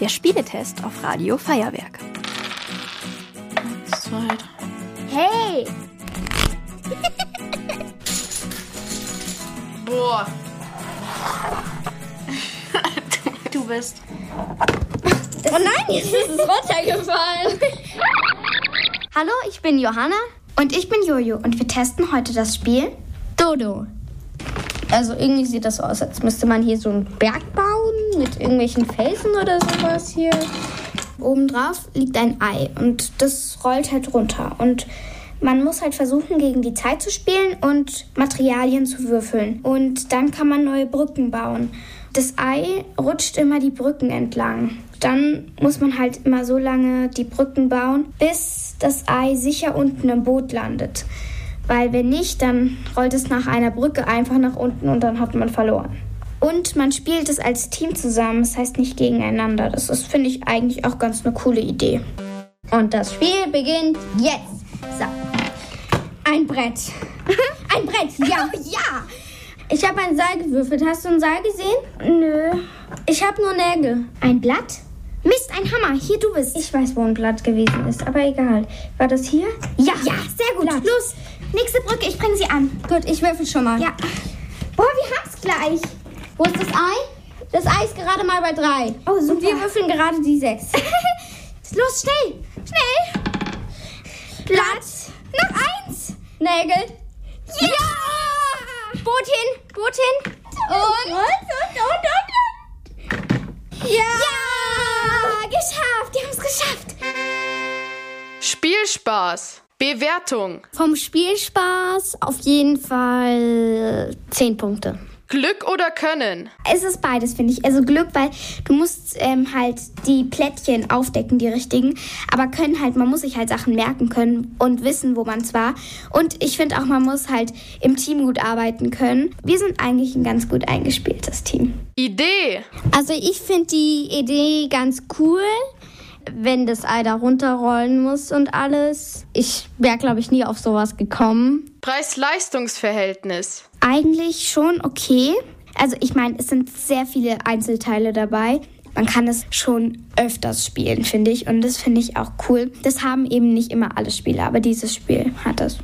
Der Spieletest auf Radio Feuerwerk. Eins, zwei, drei. Hey! Boah. du bist. Oh nein, jetzt ist es runtergefallen. Hallo, ich bin Johanna. Und ich bin Jojo und wir testen heute das Spiel Dodo. Also irgendwie sieht das so aus, als müsste man hier so einen Berg bauen mit irgendwelchen Felsen oder sowas hier. Obendrauf liegt ein Ei und das rollt halt runter. Und man muss halt versuchen, gegen die Zeit zu spielen und Materialien zu würfeln. Und dann kann man neue Brücken bauen. Das Ei rutscht immer die Brücken entlang. Dann muss man halt immer so lange die Brücken bauen, bis das Ei sicher unten im Boot landet. Weil wenn nicht, dann rollt es nach einer Brücke einfach nach unten und dann hat man verloren. Und man spielt es als Team zusammen, das heißt nicht gegeneinander. Das ist, finde ich, eigentlich auch ganz eine coole Idee. Und das Spiel beginnt jetzt. So. Ein Brett. Ein Brett, ja. ja. Ich habe ein Seil gewürfelt. Hast du ein Seil gesehen? Nö. Ich habe nur Nägel. Ein Blatt? Mist, ein Hammer. Hier, du bist. Ich weiß, wo ein Blatt gewesen ist, aber egal. War das hier? Ja. Ja, sehr gut. Los. Nächste Brücke, ich bringe sie an. Gut, ich würfel schon mal. Ja. Boah, wir haben's gleich. Wo ist das Ei? Das Ei ist gerade mal bei drei. Oh, super. Und wir würfeln gerade die sechs. Los, schnell! Schnell! Platz. Noch eins! Nägel. Ja! Boot hin. Boot hin. Und? Und, Und? und, und, und. Ja! Ja! Geschafft! Die haben es geschafft! Spielspaß. Bewertung. Vom Spielspaß auf jeden Fall 10 Punkte. Glück oder Können. Es ist beides, finde ich. Also Glück, weil du musst ähm, halt die Plättchen aufdecken, die richtigen. Aber können halt, man muss sich halt Sachen merken können und wissen, wo man's war. Und ich finde auch, man muss halt im Team gut arbeiten können. Wir sind eigentlich ein ganz gut eingespieltes Team. Idee. Also ich finde die Idee ganz cool, wenn das Ei da runterrollen muss und alles. Ich wäre, glaube ich, nie auf sowas gekommen. Preis-Leistungs-Verhältnis. Eigentlich schon okay. Also ich meine, es sind sehr viele Einzelteile dabei. Man kann es schon öfters spielen, finde ich. Und das finde ich auch cool. Das haben eben nicht immer alle Spiele, aber dieses Spiel hat das.